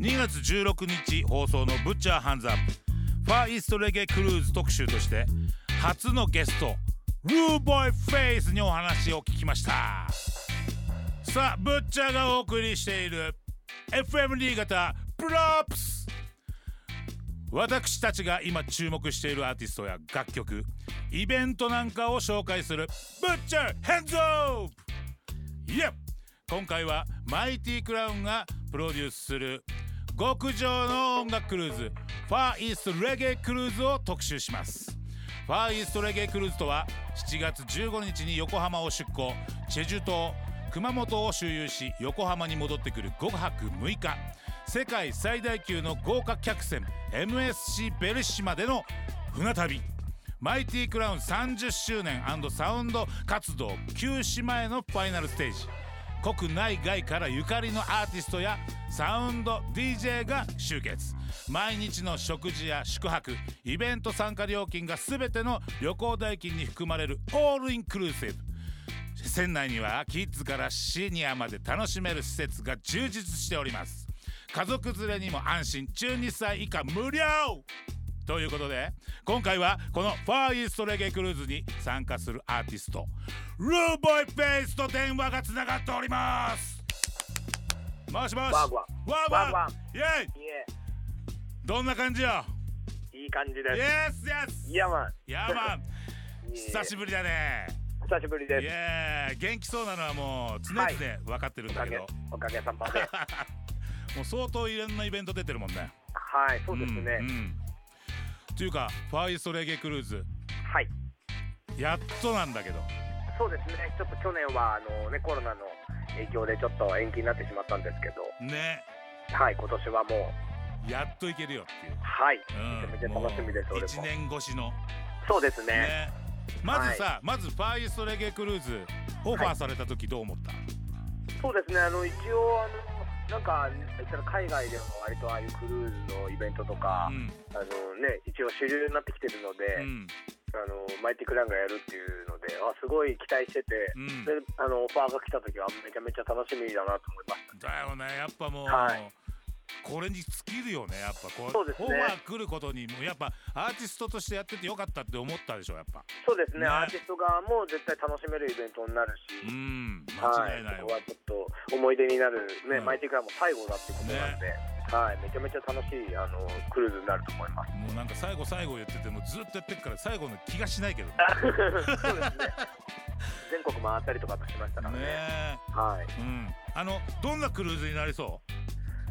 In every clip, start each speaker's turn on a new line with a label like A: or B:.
A: 2月16日放送の「ブッチャーハンズアップ」ファーイーストレゲクルーズ特集として初のゲストルーボーイフェイスにお話を聞きましたさあブッチャーがお送りしている FM 新潟プロップス私たちが今注目しているアーティストや楽曲イベントなんかを紹介する「ブッチャーハンズオープ!」いや今回はマイティクラウンがプロデュースする極上の音楽クルーズファーイーストレゲエクルーズを特集しますファーイーストレゲエクルーズとは7月15日に横浜を出港チェジュ島熊本を周遊し横浜に戻ってくる5泊6日世界最大級の豪華客船 MSC ベルシマでの船旅マイティクラウン30周年サウンド活動休止前のファイナルステージ国内外からゆかりのアーティストやサウンド DJ が集結毎日の食事や宿泊イベント参加料金が全ての旅行代金に含まれるオールインクルーシブ船内にはキッズからシニアまで楽しめる施設が充実しております家族連れにも安心12歳以下無料ということで今回はこのファーイーストレゲクルーズに参加するアーティストルーボイフェイスと電話がつながっておりますもしもし
B: ワンワ
A: ワン
B: ンワ
A: ワ
B: ンワ
A: ンイェイ
B: ンいえ
A: どんな感じよ
B: いい感じ
A: イ
B: で
A: エスイエス
B: す。いやまあ、
A: ヤーマン
B: いえ
A: 久しぶりだね
B: 久しぶり
A: イ
B: です。
A: エー元気そうなのはもう常々
B: はい
A: 分かってるん
B: お
A: だ
B: か
A: け
B: げ
A: ど、
B: おかげさ まで。
A: もう相当いろんなイベント出てるもんね
B: はい、そうですね。
A: んんというかファーイストレゲクルーズ
B: はい、
A: やっとなんだけど
B: そうですね。ちょっと去年はあのねコロナの影響でちょっと延期になってしまったんですけど、
A: ね
B: はい、今年はもう
A: やっといけるよっていう、
B: はい、
A: うん、
B: めちゃめちゃ楽しみです。
A: もう
B: 俺
A: 1
B: も。
A: 年越しの
B: そうですね。
A: ねまずさ、まずファーイストレゲクルーズオファーされた時どう思った、
B: そうですね。あの一応あの。なんか言ったら海外でも割とああいうクルーズのイベントとか、
A: うん
B: あのね、一応主流になってきてるので、
A: うん
B: あのマイティクランがやるっていうのであすごい期待してて、
A: うん
B: であのオファーが来た時はめちゃめちゃ楽しみだなと思いました
A: だよねやっぱもう、
B: はい
A: これに尽きるよねやっぱこう
B: そうですね
A: オファー来ることにもやっぱアーティストとしてやっててよかったって思ったでしょやっぱ
B: そうですね
A: ね
B: アーティスト側も絶対楽しめるイベントになるし、
A: うん
B: は
A: 間違いない
B: そ
A: わ、
B: こはちょっと思い出になる、ね
A: うん
B: マイティクランも最後だってことなんで、はい、めちゃめちゃ楽しいあのクルーズになると思 います
A: もうなんか最後最後言っててもずっとやってるから最後の気がしないけどね
B: そうですね全国回ったりとかもしましたからね
A: ね
B: はい、
A: えうんあのどんなクルーズになりそ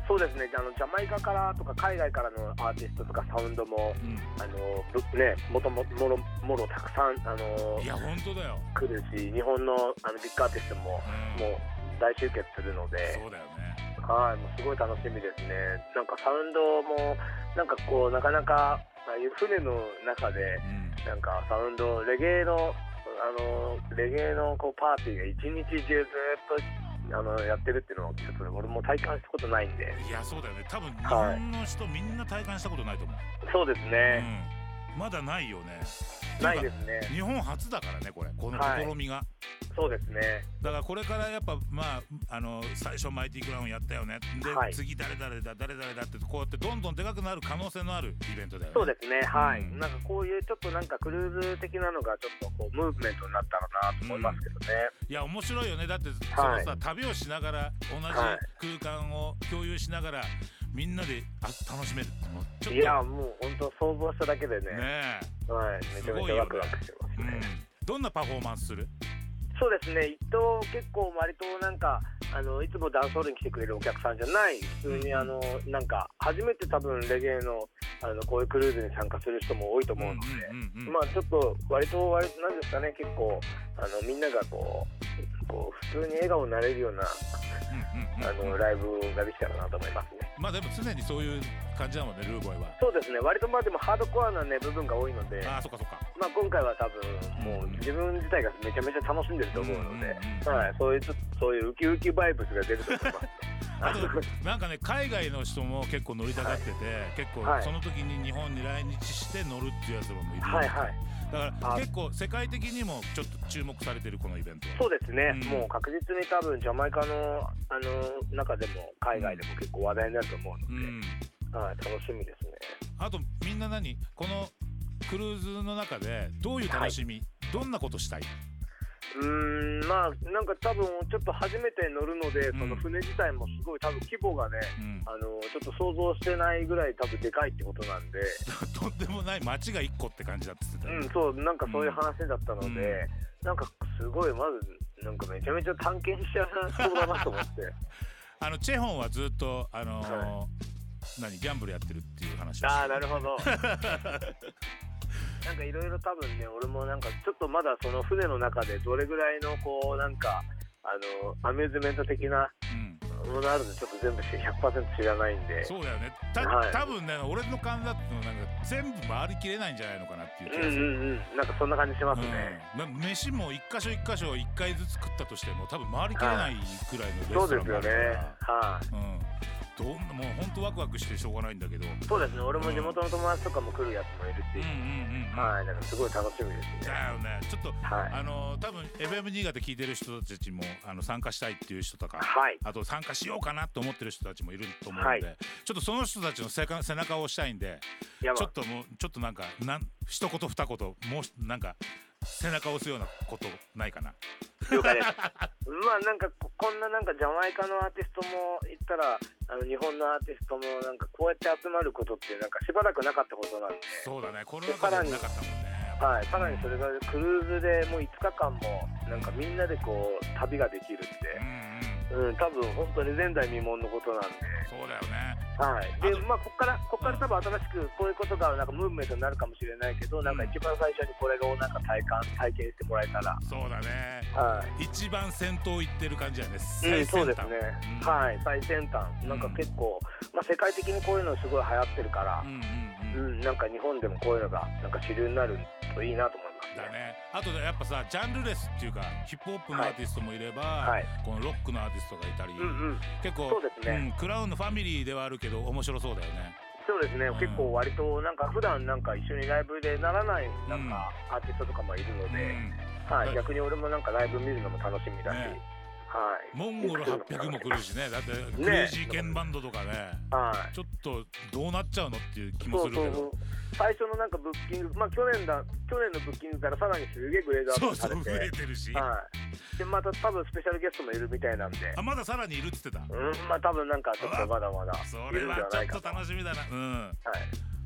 B: そうですねあのジャマイカからとか海外からのアーティストとかサウンドも
A: う、うん
B: あのぶね、もとももろもろたくさんあの
A: いや本当だよ、
B: 来るし日本のあのビッグアーティストも
A: うん、
B: もう大集結するので
A: そうだよね
B: はいもうすごい楽しみですねなんかサウンドもなんかこうなかなかああいう船の中で
A: うん
B: なんかサウンドレゲエのあのレゲエのこうパーティーが一日中ずっとあのやってるっていうのをちょっと俺も体感したことないんで
A: いやそうだよね多分日
B: はい
A: 本の人みんな体感したことないと思う、
B: そうですね、
A: うん、まだないよね
B: ない
A: て
B: で
A: うか
B: すね
A: 日本初だからねこれこの
B: はい
A: 試みが、
B: そうですね
A: だからこれからやっぱまああの最初マイティクラウンやったよねで、
B: はい
A: 次誰々だ誰々だってこうやってどんどんでかくなる可能性のあるイベントだよね
B: そうですね、はい、
A: うん
B: なんかこういうちょっとなんかクルーズ的なのがちょっとこうムーブメントになったらなと思いますけどね、
A: いや面白いよねだって、
B: はい
A: そのさ旅をしながら同
B: は
A: じ空間を共有しながらみんなであ楽しめるってのちょっと
B: いやもう本当想像しただけでね
A: ね
B: はい、めちゃめちゃワクワクしてます
A: え、う
B: ね
A: ん、どんなパフォーマンスする
B: そうですね一等結構割となんかあのいつもダンスホールに来てくれるお客さんじゃない普通にあのなんか初めて多分レゲエのあのこういうクルーズに参加する人も多いと思うので、
A: うんうんうんうん
B: まあちょっと割と割となんですかね結構あのみんながこうこう普通に笑顔になれるようなあのライブができたらなと思いますね。
A: まあでも常にそういう感じなのねルーボイは
B: そうですね割とまあでもハードコアな、ね、部分が多いので、
A: ああそっかそっか
B: まあ、今回は多分もう自分自体がめちゃめちゃ楽しんでると思うので、
A: うん
B: はい、そういうちょっとそういうウキウキバイブスが出ると思います。
A: あとなんかね海外の人も結構乗りたがってて、結構
B: はい
A: その時に日本に来日して乗るっていうやつらもいる、
B: はいはい
A: だから
B: あ
A: 結構世界的にもちょっと注目されてるこのイベント
B: そうですね、
A: うん
B: もう確実に多分ジャマイカのあの中でも海外でも結構話題になると思うの
A: う
B: で、
A: ん
B: はい、楽しみですね。
A: あとみんな何このクルーズの中でどういう楽しみ、どんなことしたいう
B: ーんまあなんか多分ちょっと初めて乗るので、
A: うん
B: その船自体もすごい多分規模がね
A: うん
B: あのちょっと想像してないぐらい多分でかいってことなんで、
A: とんでもない街が一個って感じだって言ってたよ、
B: うん、そうなんかそういう話だったので、
A: うん
B: なんかすごいまずなんかめちゃめちゃ探検しちゃう人だなと 思って
A: あのチェホンはずっとあのー
B: は
A: 何ギャンブルやってるっていう話を
B: ああなるほど なんかいろいろ多分ね俺もなんかちょっとまだその船の中でどれぐらいのこうなんかあのアミューズメント的な
A: うん、
B: ものあるんでちょっと全部し100%知らないんで
A: そうだよねた、
B: はい
A: 多分ね俺の感じだってのなんか全部回りきれないんじゃないのかなっていう気
B: うん
A: が
B: う
A: する、
B: んうんなんかそんな感じしますね、
A: うんま飯も一箇所一箇所一回ずつ食ったとしても多分回りきれないくらいのレストラン
B: そうです
A: もあ
B: よ
A: る
B: ね
A: から
B: はい、
A: うん、どんなもう本当ワクワクしてしょうがないんだけどう
B: そうですね俺も地元の友達とかも来るやつもいる
A: んうん
B: し、
A: うんうん
B: はいなんかすごい楽しみですね
A: だよねちょっと
B: はい
A: あの多分 FM 新潟聞いてる人たちもあの参加したいっていう人とか、
B: はい
A: あと参加しようかなと思ってる人たちもいると思うので、
B: は
A: ちょっとその人たちの背中背中を押したいんで
B: やば
A: ちょっともうちょっとなんかなん一言二言もうなんか背中を押すようなことないかな
B: 了解で すまあなんかここんななんかジャマイカのアーティストも行ったらあの日本のアーティストもなんかこうやって集まることってなんかしばらくなかったことなんで
A: そうだねコロナ禍ではなかったもんね
B: はい、さらにそれがクルーズでもう5日間もなんかみんなでこう旅ができるって、
A: うんうん
B: うん、多分本当に前代未聞のことなんで、
A: そうだよね
B: はい、
A: あ
B: で
A: と、
B: まあ、ここから、ここから多分新しく、こういうことが、なんかムーブメントになるかもしれないけど、なんか一番最初にこれを、なんか体感、体験してもらえたら。
A: そうだね
B: はい。
A: 一番先頭行ってる感じやね
B: う
A: 最
B: ん、そう
A: 先
B: です
A: 端
B: ね
A: うん。
B: はい、最先端、なんか結構、まあ、世界的にこういうのすごい流行ってるから
A: うん。うんうん
B: うん、なんか日本でもこういうのが、なんか主流になるといいなと思います、
A: だ。ねあとやっぱさジャンルレスっていうかヒップホップのア
B: はい
A: ーティストもいれば、
B: い
A: このロックのアーティストがいたり、
B: うん、うん。
A: 結構
B: そうですね
A: うんクラウンのファミリーではあるけど面白そうだよね
B: そうですね、
A: うん
B: 結構割と、なんか普段、なんか一緒にライブでならない、なんかアーティストとかもいるので。は
A: はい
B: い、逆に俺もなんかライブ見るのも楽しみだし、
A: ね
B: はい。
A: モンゴル800も来るしねだってクレイジーケンバンドとかね
B: はい。
A: ちょっとどうなっちゃうのっていう気も
B: そ
A: す
B: う
A: る
B: そ
A: け
B: うそ
A: ど
B: う。最初のなんかブッキング、まあ去年だ、去年のブッキングからさらにすげえグレードアッ
A: そう
B: プ
A: そ
B: さ
A: う
B: れて、
A: 増えてるし、
B: はい。でまた多分スペシャルゲストもいるみたいなんで、
A: あまださらにいるっつってた
B: うん、まあ多分なんかちょっとまだまだ
A: そ
B: い
A: れ
B: るんじ
A: は
B: ゃ
A: ちょ
B: ないか
A: っと楽しみだなうん
B: はい。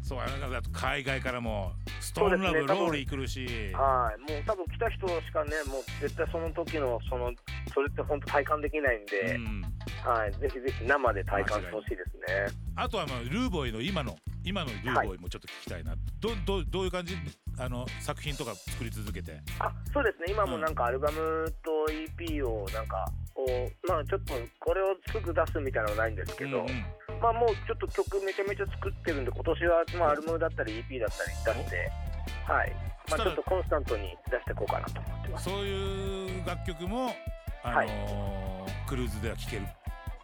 A: そうなんかだと海外からもストーンラブ、
B: そうですね多分
A: ローリー来るし
B: はい。もう多分来た人しかね、もう絶対その時のそのそれって本当体感できないんで、
A: うん
B: はい。ぜひぜひ生で体感してほしいですね。
A: あとはまあルーボイの今の今のルーボイもちょっと聞きたいな、どどどういう感じあの作品とか作り続けて
B: あそうですね今もなんかアルバムと EP をなんかこうまあちょっとこれをすぐ出すみたいなのはないんですけど、
A: うんうん
B: まあもうちょっと曲めちゃめちゃ作ってるんで今年はまあアルバムだったり EP だったり出してはい
A: そした
B: まあ
A: ら
B: ちょっとコンスタントに出していこうかなと思ってます
A: そういう楽曲も、あの
B: はい
A: クルーズでは聴ける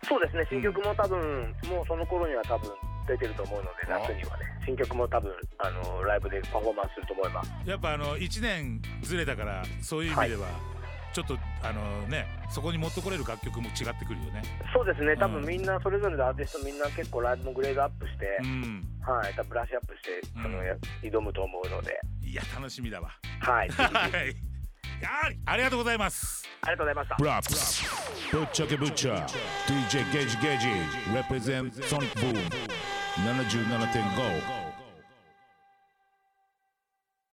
B: そうですね新曲も多分、もうその頃には多分出てると思うので
A: あ
B: 夏にはね新曲も多分あのライブでパフォーマンスすると思います
A: やっぱあの1年ずれたからそういう意味では、ちょっとあのねそこに持ってこれる楽曲も違ってくるよね、
B: そうですね多
A: う
B: 分
A: ん
B: みんなそれぞれのアーティストみんな結構ライブもグレードアップして、
A: うん、
B: はい、多分ブラッシュアップして、
A: うん
B: あのや挑むと思うので、
A: いや楽しみだわ
B: はい、ぜひぜひ
A: はいあーありがとうございます
B: ありがとうございました。
A: Pra,
C: Props. Butcher ke Butcher. DJ Gage Gage. Represent Sonic Boom. 77.5